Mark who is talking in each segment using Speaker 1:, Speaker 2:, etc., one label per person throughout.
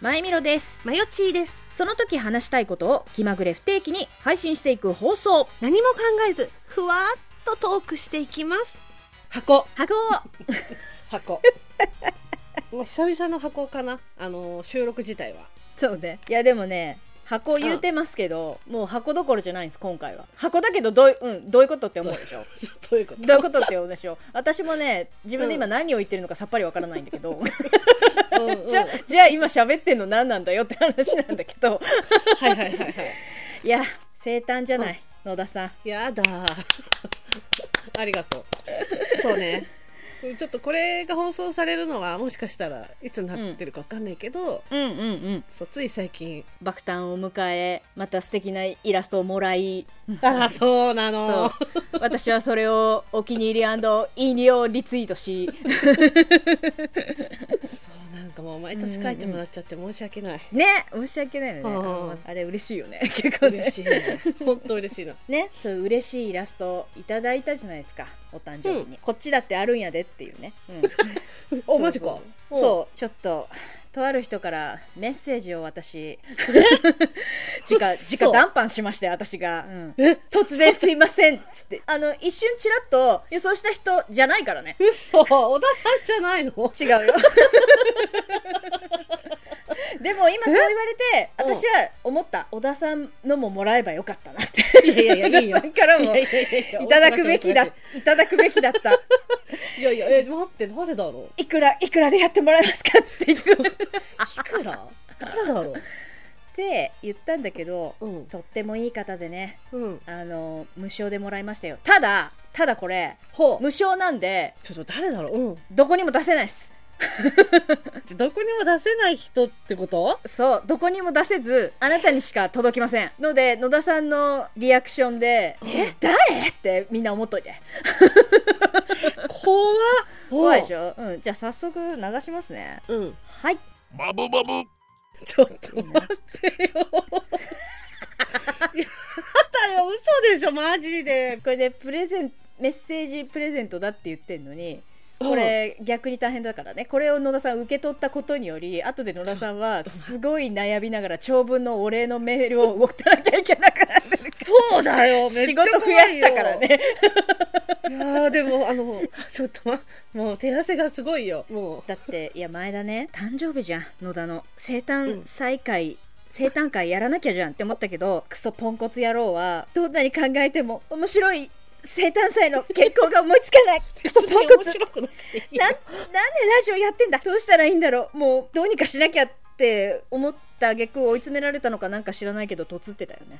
Speaker 1: まいみろです
Speaker 2: マヨチーです
Speaker 1: その時話したいことを気まぐれ不定期に配信していく放送
Speaker 2: 何も考えずふわっとトークしていきます
Speaker 3: 箱
Speaker 1: 箱を
Speaker 3: 箱もう 久々の箱かなあのー収録自体は
Speaker 1: そうねいやでもね箱言うてますけど、もう箱どころじゃないんです今回は箱だけどどう,、うん、どういうことって思うでしょ
Speaker 3: どういうこと
Speaker 1: どういうことって思うでしょ私もね自分で今何を言ってるのかさっぱりわからないんだけど、
Speaker 3: うんうん
Speaker 1: じゃじゃあ今喋ってんの何なんだよって話なんだけ ど
Speaker 3: はいはいはいはい
Speaker 1: いや生誕じゃない、野田さん
Speaker 3: やだー ありがとうそうねちょっとこれが放送されるのはもしかしたらいつになってるかわかんないけど、
Speaker 1: うんうんうん
Speaker 3: そうつい最近
Speaker 1: 爆誕を迎えまた素敵なイラストをもらい
Speaker 3: ああそうな
Speaker 1: そ
Speaker 3: の
Speaker 1: う私はそれをお気に入りいいねをリツイートし
Speaker 3: そうなんかもう毎年書いてもらっちゃって申し訳ない、
Speaker 1: ね申し訳ないよね
Speaker 3: うん
Speaker 1: あのあれ嬉しいよね結構ね
Speaker 3: 嬉しいな本当嬉しいな
Speaker 1: ねそういう嬉しいイラストいただいたじゃないですかお誕生日に、こっちだってあるんやでっていうね、 うん
Speaker 3: おマジか
Speaker 1: そうそうちょっととある人からメッセージを 私直直談判しまして私が、うん
Speaker 3: うえ
Speaker 1: 突然すいませんっつってあの一瞬ちらっと予想した人じゃないからね
Speaker 3: 嘘小田さんじゃないの
Speaker 1: 違うよでも今そう言われて
Speaker 3: うん
Speaker 1: 私は思った小田さんのももらえばよかったなって
Speaker 3: いやいやいやいいよ
Speaker 1: 小田さんからも
Speaker 3: いや
Speaker 1: い
Speaker 3: いやいやや
Speaker 1: ただくべきだい
Speaker 3: い
Speaker 1: ただくべきだった
Speaker 3: やいやえ待って誰だろう
Speaker 1: いくらいくらでやってもらえますかっつって言ってくれて
Speaker 3: いくら誰だろ
Speaker 1: って言ったんだけど
Speaker 3: ううん
Speaker 1: とってもいい方でね
Speaker 3: うん
Speaker 1: あの無償でもらいましたよただただこれ
Speaker 3: ほ
Speaker 1: 無償なんで
Speaker 3: うちょっと誰だろううん
Speaker 1: どこにも出せないっす
Speaker 3: どこにも出せない人ってこと
Speaker 1: そうどこにも出せずあなたにしか届きませんので野田さんのリアクションで「え誰?」ってみんな思っといて
Speaker 3: 怖っ
Speaker 1: 怖いでし
Speaker 3: ょ
Speaker 1: ょ、うん、じゃあ早速流しますね
Speaker 3: うん
Speaker 1: はい
Speaker 4: バブバブ
Speaker 3: ちょっと 待ってよやだよ嘘でしょマジで
Speaker 1: これでプレゼンメッセージプレゼントだって言ってんのにこれ逆に大変だからねこれを野田さん受け取ったことにより後で野田さんはすごい悩みながら長文のお礼のメールを動かなきゃいけなく なってる
Speaker 3: そうだよめっ
Speaker 1: 仕
Speaker 3: ちゃ怖い
Speaker 1: 事
Speaker 3: よ
Speaker 1: 増やしたからね
Speaker 3: いやーでもあのちょっと、ま、もう手汗がすごいよも
Speaker 1: だっていや前だね誕生日じゃん野田の生誕再会、生誕会やらなきゃじゃんって思ったけどクソポンコツ野郎はどんなに考えても面白い生誕祭の結婚が思いつか ないクソ
Speaker 3: う
Speaker 1: ポンコ
Speaker 3: 面
Speaker 1: ツ
Speaker 3: 白くなくていいよ
Speaker 1: なんなんでラジオやってんだどうしたらいいんだろうもうどうにかしなきゃって思った逆追い詰められたのかなんか知らないけどとつってたよね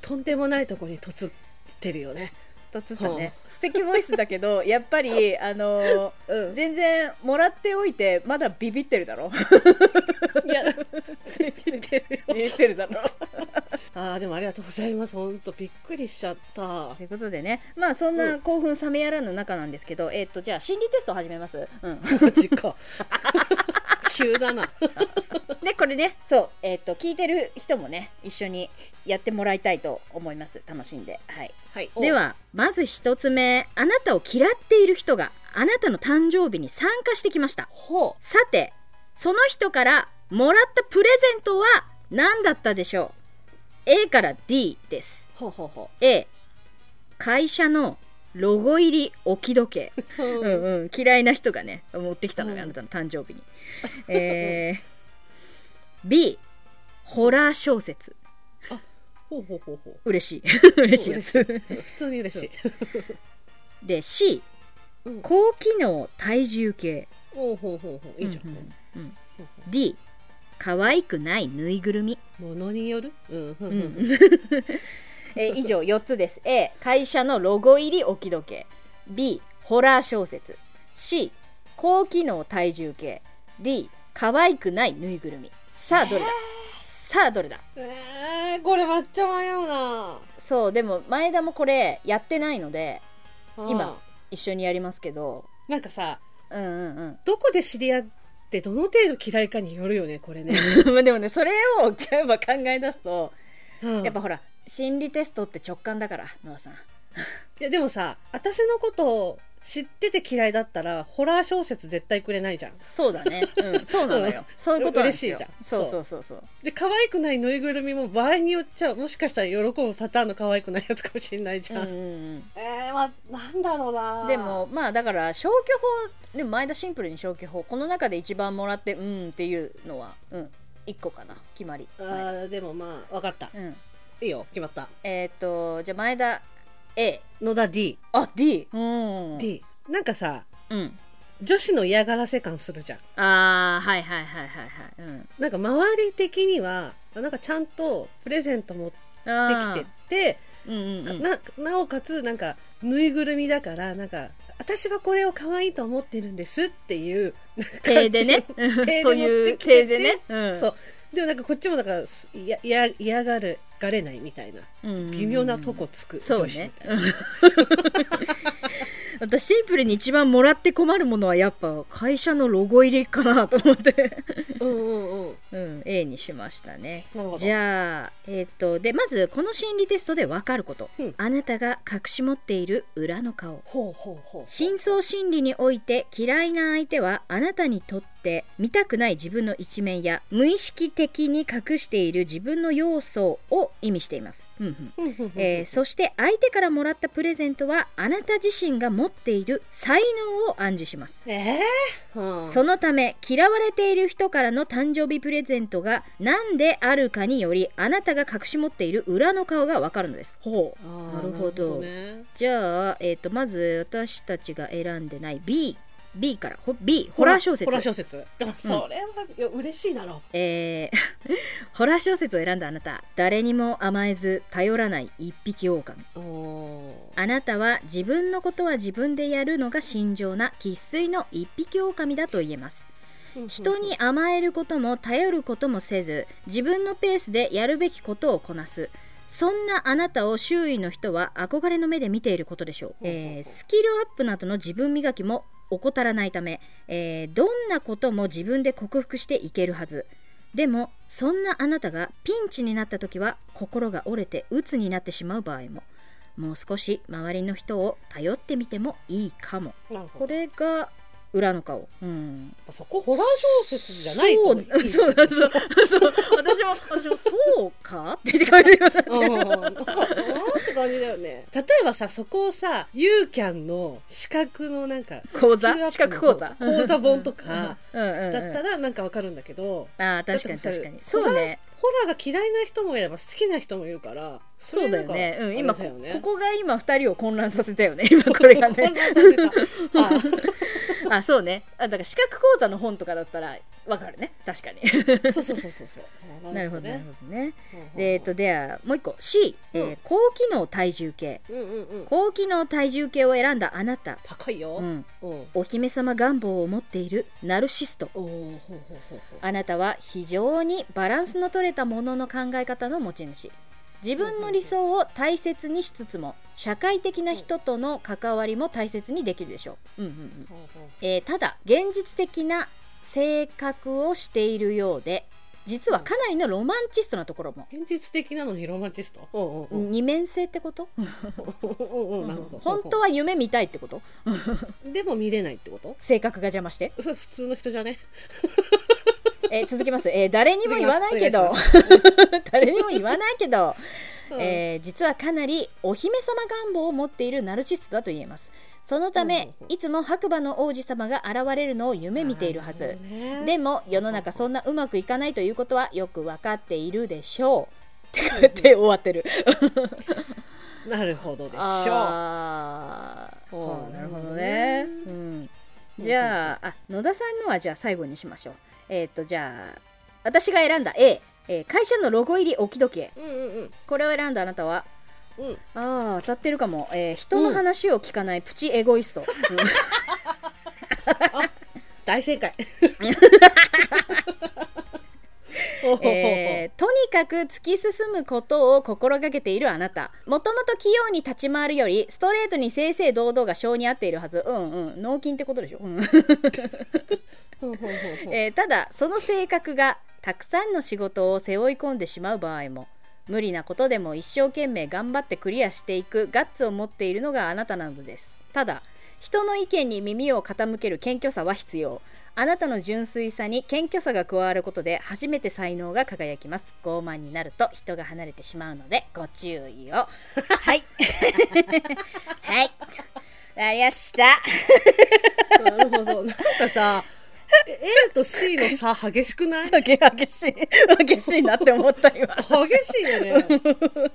Speaker 3: とんでもないとこにとつってるよね
Speaker 1: とつったね素敵ボイスだけ どやっぱりあのー
Speaker 3: うん
Speaker 1: 全然もらっておいてまだビビってるだろ
Speaker 3: いや見てる
Speaker 1: ビ
Speaker 3: よ
Speaker 1: ビってるだろ
Speaker 3: あーでもありがとうございます本当びっくりしちゃった
Speaker 1: ということでねまあそんな興奮冷めやらぬ中なんですけど、えっとじゃあ心理テストを始めます、うん、
Speaker 3: マジか 急だな
Speaker 1: でこれねそうえっと聞いてる人もね一緒にやってもらいたいと思います楽しんではい
Speaker 3: はい
Speaker 1: ではまず一つ目あなたを嫌っている人があなたの誕生日に参加してきました
Speaker 3: ほ
Speaker 1: さてその人からもらったプレゼントは何だったでしょう A から D です
Speaker 3: うほうほうほ
Speaker 1: A 会社のロゴ入り置き時計う
Speaker 3: う、うん
Speaker 1: んうん、嫌いな人がね持ってきたのよ、
Speaker 3: うん
Speaker 1: あなたの誕生日に、えー、B ホラー小説
Speaker 3: ほうほうほうほう
Speaker 1: 嬉しい 嬉しいやつ
Speaker 3: 普通に嬉しい
Speaker 1: で C
Speaker 3: うん
Speaker 1: 高機能体重計
Speaker 3: ほうほうほうほういいじゃん、
Speaker 1: う
Speaker 3: うんん
Speaker 1: うんうん D 可愛くないぬいぐるみ、
Speaker 3: ものによるうんうんう
Speaker 1: うん え以上4つです A 会社のロゴ入り置き時計 B ホラー小説 C 高機能体重計 D 可愛くないぬいぐるみさあどれだ、さあどれだ
Speaker 3: えー、これめっちゃ迷うな
Speaker 1: そうでも前田もこれやってないので
Speaker 3: うん
Speaker 1: 今一緒にやりますけど
Speaker 3: なんかさ
Speaker 1: うんうん
Speaker 3: どこで知り合ってどの程度嫌いかによるよねこれね、
Speaker 1: うんまあでもねそれをやっぱ考え出すと
Speaker 3: うん
Speaker 1: やっぱほら心理テストって直感だから野田さん
Speaker 3: いやでもさ私のことを知ってて嫌いだったらホラー小説絶対くれないじゃん
Speaker 1: そうだね、うん、そうなの よそういうことなんですよ
Speaker 3: 嬉しいじゃん
Speaker 1: そうそうそうそう
Speaker 3: で可愛くないぬいぐるみも場合によっちゃもしかしたら喜ぶパターンの可愛くないやつかもしれないじ
Speaker 1: うん
Speaker 3: ゃ、
Speaker 1: うんん
Speaker 2: えー、まあなんだろう
Speaker 1: う、
Speaker 2: なん
Speaker 1: でもまあだから消去法でも前田シンプルに消去法この中で一番もらってうんっていうのはうん一個かな決まり、
Speaker 3: あ
Speaker 1: は
Speaker 3: ーでもまあ分かった
Speaker 1: いうん、
Speaker 3: いいよ決まった
Speaker 1: えーっ、とじゃあ前田 A
Speaker 3: 野田 D、
Speaker 1: あ D うん、
Speaker 3: D なんかさ
Speaker 1: うん、
Speaker 3: 女子の嫌がらせ感するじゃん
Speaker 1: ああはいはいはいはいはいうん
Speaker 3: なんか周り的にはなんかちゃんとプレゼント持って
Speaker 1: あ
Speaker 3: き
Speaker 1: ー
Speaker 3: てって
Speaker 1: うんうんうん
Speaker 3: ななおかつなんかぬいぐるみだからなんか私はこれを可愛いと思ってるんですっていう
Speaker 1: 手でね
Speaker 3: 感じの
Speaker 1: うん
Speaker 3: 手
Speaker 1: そう
Speaker 3: で持
Speaker 1: い
Speaker 3: っ
Speaker 1: う
Speaker 3: てき
Speaker 1: 手
Speaker 3: てて
Speaker 1: でね、うん、
Speaker 3: そうでもなんかこっちもなんかすいやいや嫌がるがれないみたいな
Speaker 1: うんうんうん
Speaker 3: 微妙なとこつく
Speaker 1: そう
Speaker 3: 女子み
Speaker 1: ね
Speaker 3: たいな、
Speaker 1: 私シンプルに一番もらって困るものはやっぱ会社のロゴ入りかなと思って、
Speaker 3: うんうんうん
Speaker 1: うん、A にしましたね
Speaker 3: なるほど
Speaker 1: じゃあ、えーっとでまずこの心理テストで分かること、
Speaker 3: うん
Speaker 1: あなたが隠し持っている裏の顔
Speaker 3: ほうほうほう
Speaker 1: 深層心理において嫌いな相手はあなたにとって見たくない自分の一面や無意識的に隠している自分の要素を意味しています、うんうん
Speaker 3: うんうんうん
Speaker 1: えーそして相手からもらったプレゼントはあなた自身が持っている才能を暗示します
Speaker 3: えーうん
Speaker 1: そのため嫌われている人からの誕生日プレゼントが何であるかによりあなたが隠し持っている裏の顔がわかるのですほ
Speaker 3: あー
Speaker 1: なるほど
Speaker 3: ね
Speaker 1: じゃあ、えー、とまず私たちが選んでない B B からほ B ホラー小説
Speaker 3: ホラー小説でもそれは、いや嬉しいだろ
Speaker 1: えー ホラー小説を選んだあなた誰にも甘えず頼らない一匹狼
Speaker 3: うお
Speaker 1: あなたは自分のことは自分でやるのが信条な生粋の一匹狼だと言えます人に甘えることも頼ることもせず自分のペースでやるべきことをこなすそんなあなたを周囲の人は憧れの目で見ていることでしょう、えースキルアップなどの自分磨きも怠らないため、えーどんなことも自分で克服していけるはずでもそんなあなたがピンチになった時は心が折れて鬱になってしまう場合ももう少し周りの人を頼ってみてもいいかも
Speaker 3: なるほ
Speaker 1: これが裏の顔うん
Speaker 3: どそこホラー小説じゃないと
Speaker 1: そうそうそうそう私も私もそうかって言って感じで
Speaker 3: うんうんうんって感じだよね例えばさそこをさユーキャンの資格のなんか
Speaker 1: 講座
Speaker 3: スキルアップの
Speaker 1: 資格講座
Speaker 3: 講座本とか
Speaker 1: うんうんうん、
Speaker 3: だったらなんかわかるんだけど、
Speaker 1: ああ確かに
Speaker 3: だっ
Speaker 1: 確
Speaker 3: ても
Speaker 1: かにそうね
Speaker 3: ホラーホラーが嫌いな人もいれば好きな人もいるからそ
Speaker 1: そう
Speaker 3: れ
Speaker 1: だ
Speaker 3: な
Speaker 1: よ
Speaker 3: んか
Speaker 1: ね、うん、
Speaker 3: あ
Speaker 1: 今
Speaker 3: れ
Speaker 1: こ
Speaker 3: だよね
Speaker 1: ここが今二人を混乱させたよね今これが
Speaker 3: そう
Speaker 1: ね
Speaker 3: そう混乱させた
Speaker 1: あそうねあだから資格講座の本とかだったらわかるね確かに
Speaker 3: あそうそうそうそうそう
Speaker 1: なるほどなる
Speaker 3: ね
Speaker 1: ほどね
Speaker 3: うんうんうん
Speaker 1: でえっとではもう一個 C、え
Speaker 3: う
Speaker 1: ー
Speaker 3: ん
Speaker 1: 高機能体重計
Speaker 3: うんうんうん
Speaker 1: 高機能体重計を選んだあなた、
Speaker 3: 高いよ、
Speaker 1: う
Speaker 3: うん
Speaker 1: ん、お姫様願望を持っているナルシスト
Speaker 3: おおほうほうほうほう
Speaker 1: あなたは非常にバランスの取れたものの考え方の持ち主自分の理想を大切にしつつも社会的な人との関わりも大切にできるでしょう,、うんうんうん
Speaker 3: ほうほう
Speaker 1: えーただ現実的な性格をしているようで実はかなりのロマンチストなところも、
Speaker 3: 現実的なのにロマンチストおうおうおう
Speaker 1: 二面性ってこと、
Speaker 3: おうおうなるほど
Speaker 1: 本当は夢見たいってこと
Speaker 3: でも見れないってこと
Speaker 1: 性格が邪魔して、
Speaker 3: それ普通の人じゃね
Speaker 1: えー続きます、えー誰にも言わないけど
Speaker 3: 続
Speaker 1: 誰にも言わないけどえー実はかなりお姫様願望を持っているナルシストだと言えますそのた
Speaker 3: ほう
Speaker 1: め
Speaker 3: ほうほう
Speaker 1: いつも白馬の王子様が現れるのを夢見ているはずで
Speaker 3: で
Speaker 1: も世の中そんなうまくいかないということはよくわかっているでしょうって書いて終わってる
Speaker 3: なるほどでしょう
Speaker 1: あー
Speaker 3: ほう
Speaker 1: はあなるほどね、うん、じゃああ野田さんのはじゃあ最後にしましょうえっ、とじゃあ私が選んだ A、えー会社のロゴ入り置き時計
Speaker 3: うんうん
Speaker 1: これを選んだあなたは
Speaker 3: うんうん
Speaker 1: ああ当たってるかも、えー人の話を聞かないプチエゴイスト、
Speaker 3: 大 正解
Speaker 1: えーとにかく突き進むことを心がけているあなたもともと器用に立ち回るよりストレートに正々堂々が性に合っているはずうんうん脳筋ってことでしょ、うん
Speaker 3: ほうほうほうほう
Speaker 1: えーただその性格がたくさんの仕事を背負い込んでしまう場合も無理なことでも一生懸命頑張ってクリアしていくガッツを持っているのがあなたなのですただ人の意見に耳を傾ける謙虚さは必要あなたの純粋さに謙虚さが加わることで初めて才能が輝きます傲慢になると人が離れてしまうのでご注意を はいはいありました
Speaker 3: なるほど。なんかさ、え A と C の差激しくない
Speaker 1: すげえ激しい激しいなって思った今
Speaker 3: 激しい よね。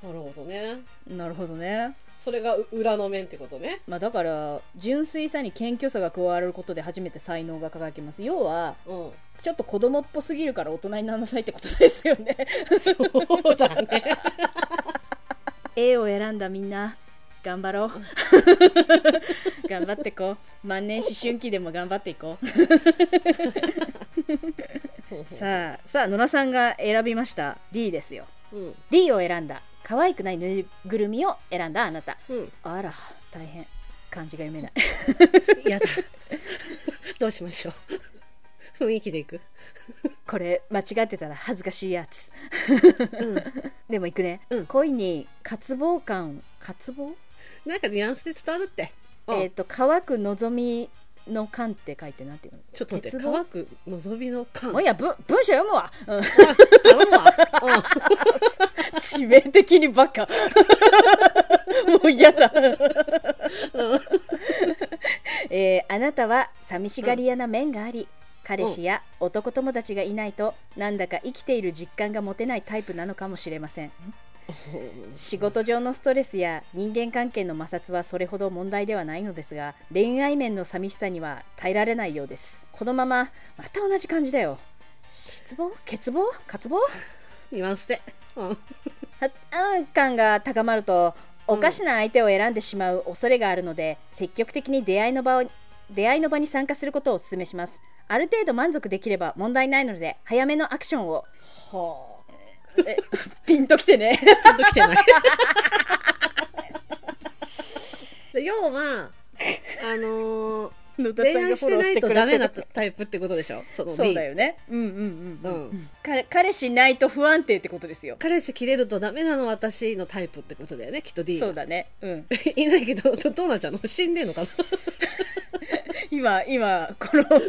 Speaker 3: なるほどね。
Speaker 1: なるほどね
Speaker 3: それが裏の面ってことね。
Speaker 1: まあだから純粋さに謙虚さが加わることで初めて才能が輝きます要は
Speaker 3: うん。
Speaker 1: ちょっと子供っぽすぎるから大人にならなさいってことですよ ね
Speaker 3: そうだね。
Speaker 1: A を選んだみんな頑張 ろう頑張ってこう万年思春期でも頑張っていこ うさあさあ野田さんが選びました D ですよ
Speaker 3: うん。
Speaker 1: D を選んだ可愛くないぬいぐるみを選んだあなた
Speaker 3: うん。
Speaker 1: あら大変漢字が読めない
Speaker 3: やだ。どうしましょう。雰囲気でいく。
Speaker 1: これ間違ってたら恥ずかしいやつ
Speaker 3: うん。
Speaker 1: でも行くね、
Speaker 3: うん
Speaker 1: 恋に渇望感渇望、
Speaker 3: なんかニュアンスで伝わるって。うん
Speaker 1: えっ、と乾く望みの感って書いてなんていうの
Speaker 3: ちょっと待って。
Speaker 1: 鉄棒
Speaker 3: 乾く望みの感。
Speaker 1: もういやぶ文章読むわ、うん、
Speaker 3: 頼むわ。うん
Speaker 1: 致命的にバカ もう嫌だ、 えーあなたは寂しがり屋な面があり、彼氏や男友達がいないとなんだか生きている実感が持てないタイプなのかもしれません仕事上のストレスや人間関係の摩擦はそれほど問題ではないのですが恋愛面の寂しさには耐えられないようですこのまままた同じ感じだよ失望欠乏渇望
Speaker 3: ニュアンスで。うん。
Speaker 1: 発案感が高まるとおかしな相手を選んでしまう恐れがあるので、積極的に出会いの場を出会いの場に参加することをお勧めしますある程度満足できれば問題ないので早めのアクションを
Speaker 3: は
Speaker 1: えピンときてね
Speaker 3: あ。ちゃんと来てない。で要は、あ のー恋愛してないとダメなタイプってことでしょその D
Speaker 1: そうだよねうんうんうん、
Speaker 3: うん
Speaker 1: 彼彼氏いないと不安定ってことですよ
Speaker 3: 彼氏切れるとダメなの私のタイプってことだよねきっと D が
Speaker 1: そうだねうん
Speaker 3: いないけどどどうなっちゃうの死んでんのかな
Speaker 1: 今今こ の
Speaker 3: こ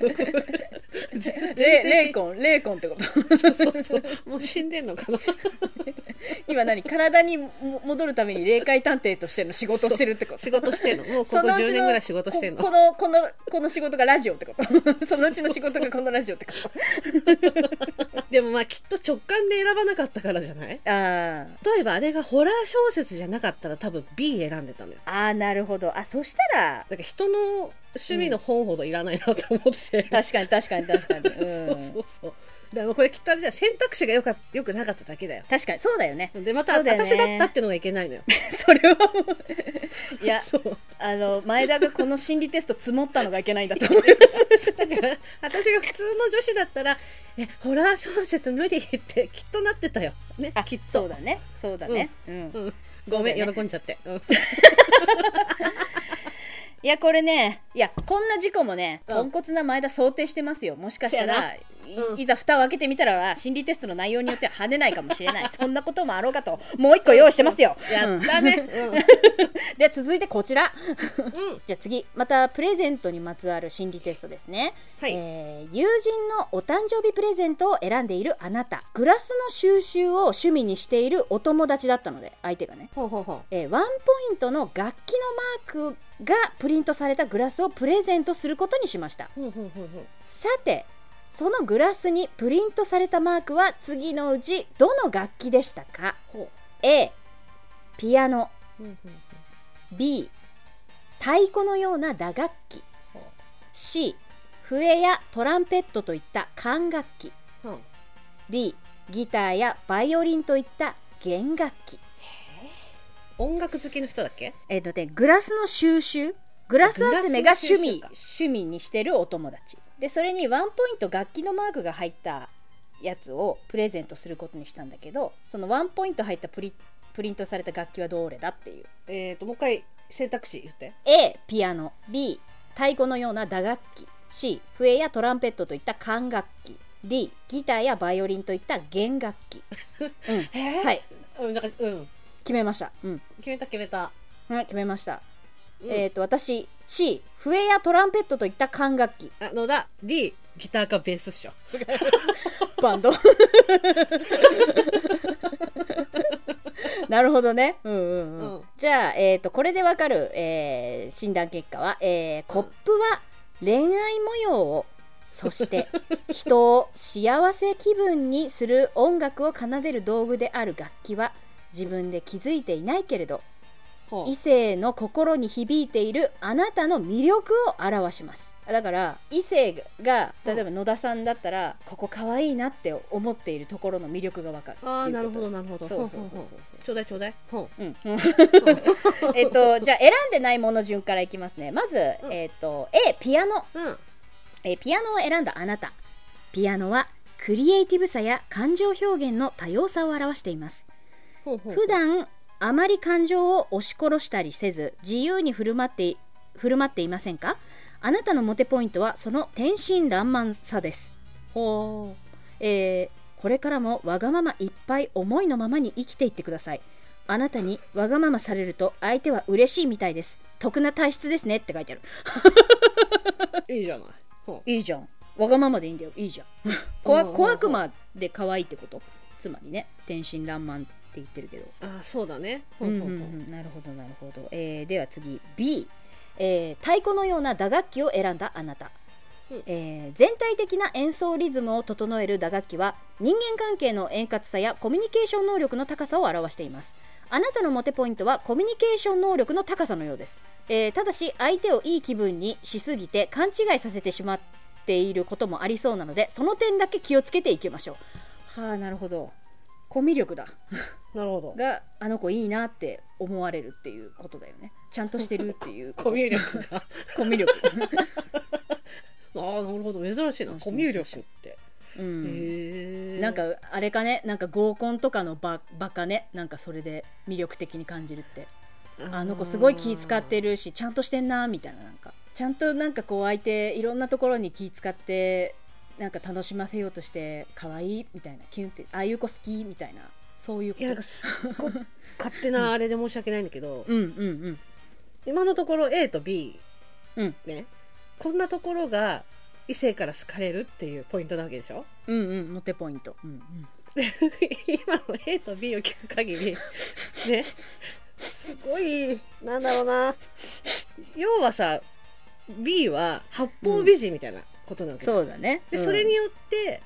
Speaker 3: の全
Speaker 1: レ
Speaker 3: 然
Speaker 1: レイコンレイコンってこと
Speaker 3: そうそう そうもう死んでんのかな
Speaker 1: 今何体にも戻るために霊界探偵としての仕事をしてるってこと
Speaker 3: 仕事してんのもうこ
Speaker 1: そ
Speaker 3: こ
Speaker 1: のうちの
Speaker 3: 10年ぐらい仕事してんの
Speaker 1: ここのこのこの仕事がラジオってこと そのうちの仕事がこのラジオってこと
Speaker 3: でもまあきっと直感で選ばなかったからじゃない
Speaker 1: あー
Speaker 3: 例えばあれがホラー小説じゃなかったら多分 B 選んでたのよ
Speaker 1: あーなるほどあそしたら
Speaker 3: なんか人の趣味の本ほどいらないなと思って、
Speaker 1: 確かに確かに確かに、うん
Speaker 3: そうそうそう。だからこれきっとあれだよ選択肢がよかよくなかっただけだよ。
Speaker 1: 確かにそうだよね
Speaker 3: でまた、
Speaker 1: そうだよね
Speaker 3: 私だったってのがいけないのよ。
Speaker 1: それはもうい や
Speaker 3: そう。
Speaker 1: あの前田がこの心理テスト積もったのがいけないんだと思う
Speaker 3: だから私が普通の女子だったらえホラー小説無理ってきっとなってたよ。ね きっと。
Speaker 1: そうだねそうだね、うん
Speaker 3: うん。ごめん、
Speaker 1: そうだね
Speaker 3: 喜んじゃって。うん
Speaker 1: いやこれねいやこんな事故もね
Speaker 3: うん
Speaker 1: ポンコツな前田想定してますよもしかした
Speaker 3: そ
Speaker 1: らい,、
Speaker 3: なうん
Speaker 1: いざ蓋を開けてみたら心理テストの内容によっては跳ねないかもしれないそんなこともあろうかともう一個用意してますよ、
Speaker 3: や
Speaker 1: うん
Speaker 3: ったね。
Speaker 1: で続いてこちら
Speaker 3: うん。うん。
Speaker 1: じゃあ次またプレゼントにまつわる心理テストですね、
Speaker 3: はい
Speaker 1: えー友人のお誕生日プレゼントを選んでいるあなたグラスの収集を趣味にしているお友達だったので相手がね
Speaker 3: ほうほうほ
Speaker 1: えーワンポイントの楽器のマークがプリントされたグラスをプレゼントすることにしました
Speaker 3: う。ほうほうほうほう。
Speaker 1: さてそのグラスにプリントされたマークは次のうちどの楽器でしたか
Speaker 3: ほ
Speaker 1: A ピアノ
Speaker 3: う。うんうん
Speaker 1: B 太鼓のような打楽器
Speaker 3: ほう
Speaker 1: C 笛やトランペットといった管楽器
Speaker 3: ほう。
Speaker 1: D ギターやバイオリンといった弦楽器
Speaker 3: 音楽好きの人だっけ？
Speaker 1: えっ、とねグラスの収集グラス集めが趣味
Speaker 3: グラスの
Speaker 1: 趣味にしてるお友達でそれにワンポイント楽器のマークが入ったやつをプレゼントすることにしたんだけどそのワンポイント入ったプリプリントされた楽器はどれだっていう
Speaker 3: えっともう一回選択肢言って。
Speaker 1: A ピアノ B 太鼓のような打楽器 C 笛やトランペットといった管楽器 D ギターやバイオリンといった弦楽 器、うん、
Speaker 3: え
Speaker 1: はい
Speaker 3: うんなんかうん
Speaker 1: 決めましたうん
Speaker 3: 決めた決めた。
Speaker 1: はい決めました
Speaker 3: うん
Speaker 1: えっ、と私 C 笛やトランペットといった管楽器
Speaker 3: あのだ D ギターかベースっしょ
Speaker 1: バンドなるほどね、うんうんうん
Speaker 3: うん
Speaker 1: じゃあ、えー、とこれでわかる、えー診断結果は、えーコップは恋愛模様をそして 人を幸せ気分にする音楽を奏でる道具である楽器は自分で気づいていないけれど
Speaker 3: ほう
Speaker 1: 異性の心に響いているあなたの魅力を表しますだから異性が
Speaker 3: うん
Speaker 1: 例えば野田さんだったら、ここ可愛いなって思っているところの魅力がわかる
Speaker 3: ああ
Speaker 1: とい
Speaker 3: な
Speaker 1: う
Speaker 3: る
Speaker 1: こ
Speaker 3: ほ
Speaker 1: と
Speaker 3: どなるほど
Speaker 1: そうそうそうそう
Speaker 3: ほうほうほうちょうだいちょうだいほ
Speaker 1: うん えっとじゃあ選んでないもの順からいきますねまず、
Speaker 3: うん
Speaker 1: えっと A ピアノ
Speaker 3: ううん
Speaker 1: えーピアノを選んだあなたピアノはクリエイティブさや感情表現の多様さを表しています
Speaker 3: ほうほう
Speaker 1: 普段あまり感情を押し殺したりせず自由に振る舞って振る舞っていませんかあなたのモテポイントはその天真爛漫さですほうえーこれからもわがままいっぱい思いのままに生きていってくださいあなたにわがままされると相手は嬉しいみたいです得な体質ですねって書いてある
Speaker 3: いいじゃないほう
Speaker 1: いいじゃんわがままでいいんだよいい じゃん小
Speaker 3: うんうんう
Speaker 1: 悪
Speaker 3: ん
Speaker 1: 小悪魔で可愛いってことつまりね天真爛漫って言ってるけど
Speaker 3: ああそうだねほ
Speaker 1: う
Speaker 3: うん
Speaker 1: う
Speaker 3: ほ
Speaker 1: ん
Speaker 3: う
Speaker 1: う
Speaker 3: ほうん
Speaker 1: なるほどなるほど、えーでは次 B、えー太鼓のような打楽器を選んだあなた、
Speaker 3: うん
Speaker 1: えー全体的な演奏リズムを整える打楽器は人間関係の円滑さやコミュニケーション能力の高さを表していますあなたのモテポイントはコミュニケーション能力の高さのようです、えーただし相手をいい気分にしすぎて勘違いさせてしまっていることもありそうなのでその点だけ気をつけていきましょうはあなるほどコミュ力だ
Speaker 3: なるほど
Speaker 1: があの子いいなって思われるっていうことだよねちゃんとしてるっていう
Speaker 3: コミュ力があ
Speaker 1: コミュ力
Speaker 3: あなるほど珍しいなコミュ力って
Speaker 1: う
Speaker 3: へ
Speaker 1: ん
Speaker 3: え
Speaker 1: なんかあれかねなんか合コンとかの場場かねなんかそれで魅力的に感じるってあの子すごい気使って
Speaker 3: る
Speaker 1: るしちゃんとしてんなみたいななんかちゃんとなんかこう相手いろんなところに気使ってなんか楽しませようとして可愛いみたいなキュンってああいう子好きみたいなそういうこと
Speaker 3: いやなんかすっごい 勝手なあれで申し訳ないんだけど、
Speaker 1: うんうんうん
Speaker 3: 今のところ A と B
Speaker 1: うん
Speaker 3: ねこんなところが異性から好かれるっていうポイントなわけでしょ
Speaker 1: うんうんモテポイント、うんうん、
Speaker 3: 今の A と B を聞く限りねすごいなんだろうな要はさ B は八方美人みたいなことなわけじゃん
Speaker 1: そうだね
Speaker 3: でそれによって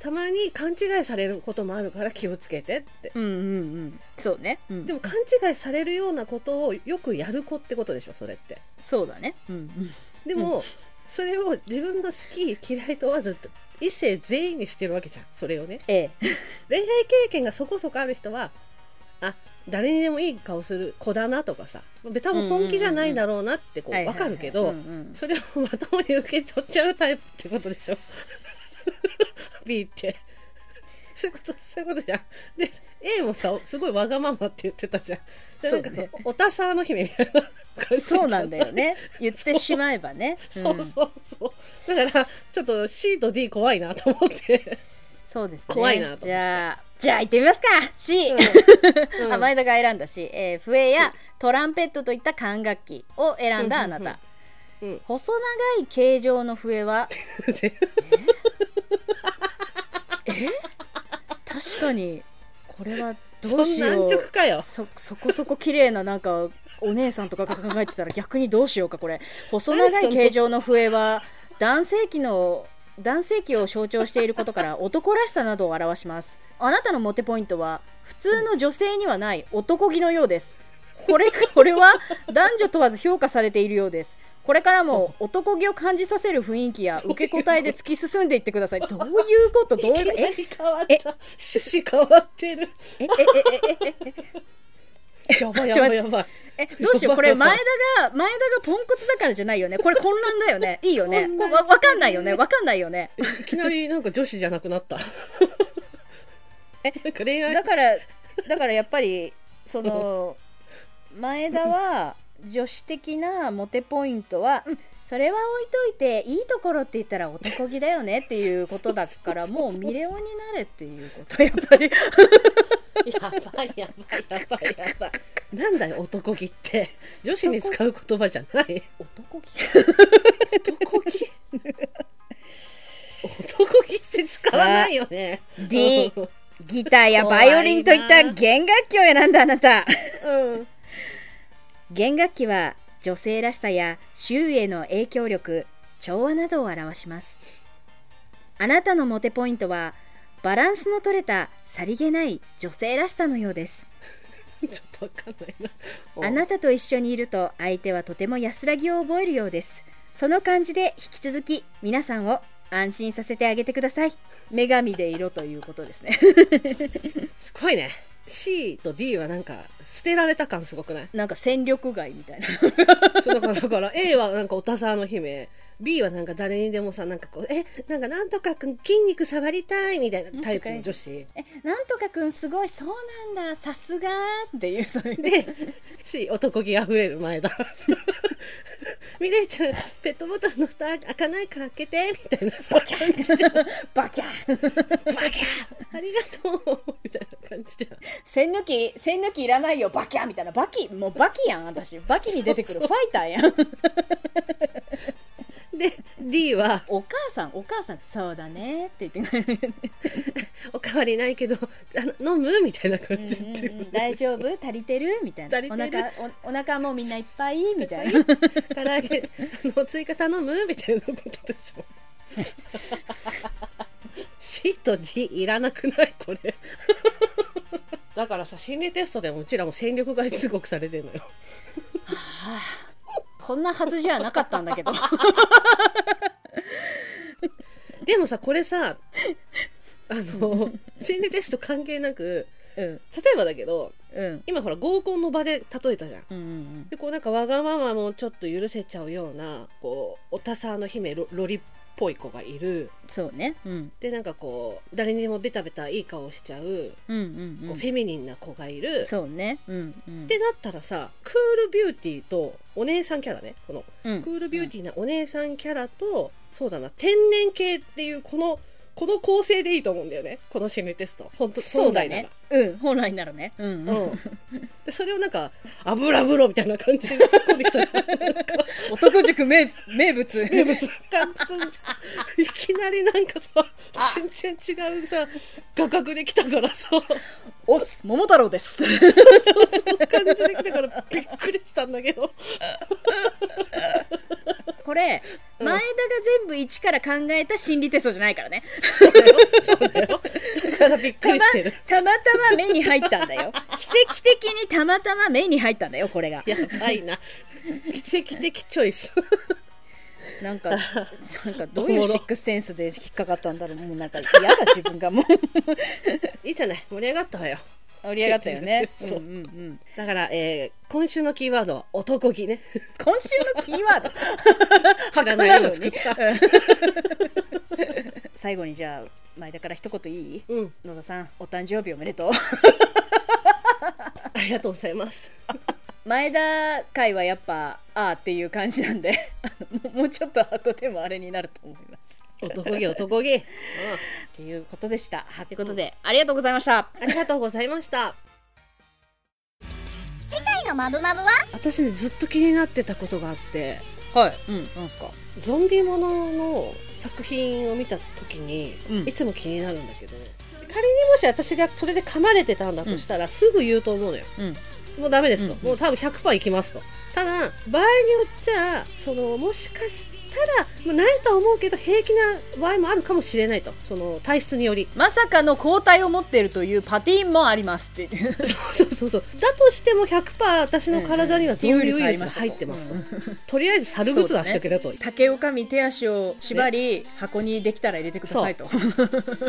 Speaker 3: たまに勘違いされることもあるから気をつけてって
Speaker 1: うんうんうんそうね、うん
Speaker 3: でも勘違いされるようなことをよくやる子ってことでしょそれって
Speaker 1: そうだねうんうん
Speaker 3: でも、それを自分の好き嫌い問わず異性全員にしてるわけじゃんそれをね
Speaker 1: A
Speaker 3: 恋愛経験がそこそこある人はあ誰にでもいい顔する子だなとかさべたも本気じゃないだろうなってこう分かるけ
Speaker 1: はい
Speaker 3: ど
Speaker 1: はいはいうんうん
Speaker 3: それをまともに受け取っちゃうタイプってことでしょ B ってそういうことそういうことじゃんで A もさすごいわがままって言ってたじゃんでなんか
Speaker 1: そうね
Speaker 3: おたさの姫みたいな感じ
Speaker 1: そうなんだよね言ってしまえばね
Speaker 3: そ
Speaker 1: ん
Speaker 3: うそうそう。だから、ちょっと C と D 怖いなと思って。
Speaker 1: そうですね
Speaker 3: 怖いなと思って
Speaker 1: じゃあじゃあ行ってみますか C、
Speaker 3: うん
Speaker 1: あ前田が選んだ C、えー笛やトランペットといった管楽器を選んだあなた、
Speaker 3: うんうんうんうん
Speaker 1: 細長い形状の笛は確かにこれはどうし
Speaker 3: そんな
Speaker 1: よう
Speaker 3: 安直かよ
Speaker 1: そそこそこ綺麗ななんかお姉さんとかが考えてたら逆にどうしようかこれ細長い形状の笛は男性器の男性器を象徴していることから男らしさなどを表しますあなたのモテポイントは普通の女性にはない男気のようですこれこれは男女問わず評価されているようですこれからも男気を感じさせる雰囲気や受け答えで突き進んでいってくださいどういうことどういうえ
Speaker 3: いきなり変わった。趣旨変わってる。
Speaker 1: ええええええ
Speaker 3: やばいや
Speaker 1: ちょっ
Speaker 3: ば
Speaker 1: と
Speaker 3: いやばい。
Speaker 1: えどうしようこれ
Speaker 3: やばい
Speaker 1: 前田が前田がポンコツだからじゃないよねこれ混乱だよねいいよね
Speaker 3: 混
Speaker 1: こ
Speaker 3: 乱
Speaker 1: わわかんないよねわかんないよね
Speaker 3: いきなりなんか女子じゃなくなった。え、なんか恋愛
Speaker 1: だからだからやっぱりその前田は女子的なモテポイントは、うんそれは置いといていいところって言ったら男気だよねっていうことだからもうミレオになれっていうことやっぱり
Speaker 3: やばいやばいやばいやばい。なんだよ男気って女子に使う言葉じゃない
Speaker 1: 男気
Speaker 3: 男気男気って使わないよね
Speaker 1: D ギターやバイオリンといった弦楽器を選んだあなた
Speaker 3: うん
Speaker 1: 弦楽器は女性らしさや周囲への影響力調和などを表しますあなたのモテポイントはバランスの取れたさりげない女性らしさのようです
Speaker 3: ちょっとわかんないな
Speaker 1: あなたと一緒にいると相手はとても安らぎを覚えるようですその感じで引き続き皆さんを安心させてあげてください 女神でいろということですね
Speaker 3: すごいね C と D はなんか捨てられた感すごくない
Speaker 1: なんか戦力外みたいな
Speaker 3: そうだからだから A はなんかおたさの姫 B はなんか誰にでもさなんかこうえなんかなんとかくん筋肉触りたいみたいなタイプの 女子
Speaker 1: えなんとかくんすごいそうなんださすがーっていうそういう
Speaker 3: で C 男気あふれる前だミレイちゃんペットボトルの蓋開かないから開けてみたいなそんな感じじゃ ん
Speaker 1: バキャ
Speaker 3: バキャーありがとうみたいな感じじゃん
Speaker 1: 線抜き線抜きいらないよバキャみたいなバキもうバキやん私バキに出てくるファイターやん
Speaker 3: で D は
Speaker 1: お母さんお母さんそうだねって言ってくれる
Speaker 3: おかわりないけどあの飲むみたいな感じっていう
Speaker 1: うんうんうん 大丈夫足りてるみたいな
Speaker 3: 足りてる
Speaker 1: お腹おお腹もうみんないっぱ いみたいな
Speaker 3: 唐揚げあの追加頼むみたいなことでしょ C と D いらなくないこれだからさ心理テストでもうちらも戦力外通告されてんのよ
Speaker 1: こんなはずじゃなかったんだ けど
Speaker 3: でもさこれさあの心理テスト関係なく
Speaker 1: うん
Speaker 3: 例えばだけど
Speaker 1: うん
Speaker 3: 今ほら合コンの場で例えたじゃん
Speaker 1: うんうん
Speaker 3: でこうなんかわがままもちょっと許せちゃうようなこうおたさの姫ロロリっぽい子がいる
Speaker 1: そうねうん
Speaker 3: でなんかこう誰にでもベタベタいい顔しちゃう
Speaker 1: うんうん
Speaker 3: こ
Speaker 1: う
Speaker 3: うんフェミニンな子がいる、っ
Speaker 1: そうねうんうん
Speaker 3: てなったらさクールビューティーとお姉さんキャラねこの
Speaker 1: うん
Speaker 3: クールビューティーなお姉さんキャラとそうだな天然系っていうこのこの構成でいいと思うんだよねこの心理テスト本当
Speaker 1: そう
Speaker 3: 本
Speaker 1: だ
Speaker 3: 来なら
Speaker 1: ねうん本来ならねうんうん
Speaker 3: うんでそれをなんか「油風呂」みたいな感じで突っ込んできたじゃんなんか
Speaker 1: 男塾名名物
Speaker 3: 名物感じいきなりなんかさ全然違うさ画角で来たからさ
Speaker 1: おっす桃太郎です
Speaker 3: 感じで来たからびっくりしたんだけど
Speaker 1: これ
Speaker 3: うん
Speaker 1: 前田が全部一から考えた心理テストじゃないから ね
Speaker 3: そうだよそうだよだからびっく
Speaker 1: たま
Speaker 3: りしてる
Speaker 1: たまたま目に入ったんだ よ奇跡的にたまたま目に入ったんだよこれが
Speaker 3: やばいな奇跡的チョイス
Speaker 1: なん かなんかどうい
Speaker 3: お
Speaker 1: う
Speaker 3: もろ
Speaker 1: シックスセンスで引っかかったんだろうもうなんか嫌だ自分 がもう
Speaker 3: いいじゃない盛り上がったわよ
Speaker 1: 盛り上がったよね
Speaker 3: そう
Speaker 1: うんうんうん
Speaker 3: だから、えー今週のキーワードは男気ね
Speaker 1: 今週のキーワード
Speaker 3: 知らない
Speaker 1: 箱なの
Speaker 3: よう作
Speaker 1: に
Speaker 3: った
Speaker 1: うん 最後にじゃあ前田から一言いい
Speaker 3: うん
Speaker 1: 野田さんお誕生日おめでとう
Speaker 3: ありがとうございます
Speaker 1: 前田会はやっぱああっていう感じなんで あのもうもうちょっと箱でもあれになると思います
Speaker 3: 男気男気、うん
Speaker 1: っていうことでしたということでありがとうございました
Speaker 3: ありがとうございました
Speaker 4: 次回の「まぶまぶ」は
Speaker 3: 私ねずっと気になってたことがあって
Speaker 1: はいうんなんすか
Speaker 3: ゾンビものの作品を見た時に、
Speaker 1: うん
Speaker 3: いつも気になるんだけど仮にもし私がそれで噛まれてたんだとしたら、すぐ言うと思うのよ
Speaker 1: うん
Speaker 3: もうダメですと、
Speaker 1: うんうん
Speaker 3: もう多分100%いきますとただ場合によっちゃそのもしかしたら、まあ、ないとは思うけど平気な場合もあるかもしれないとその体質により
Speaker 1: まさかの抗体を持っているというパティーンもありますって
Speaker 3: そうそうそうそうだとしても100%私の体にはゾンビウイルスが入ってますと、とりあえず猿グッズ出しとけだと
Speaker 1: 竹をかみ手足を縛り、箱にできたら入れてくださいと
Speaker 4: お楽しみに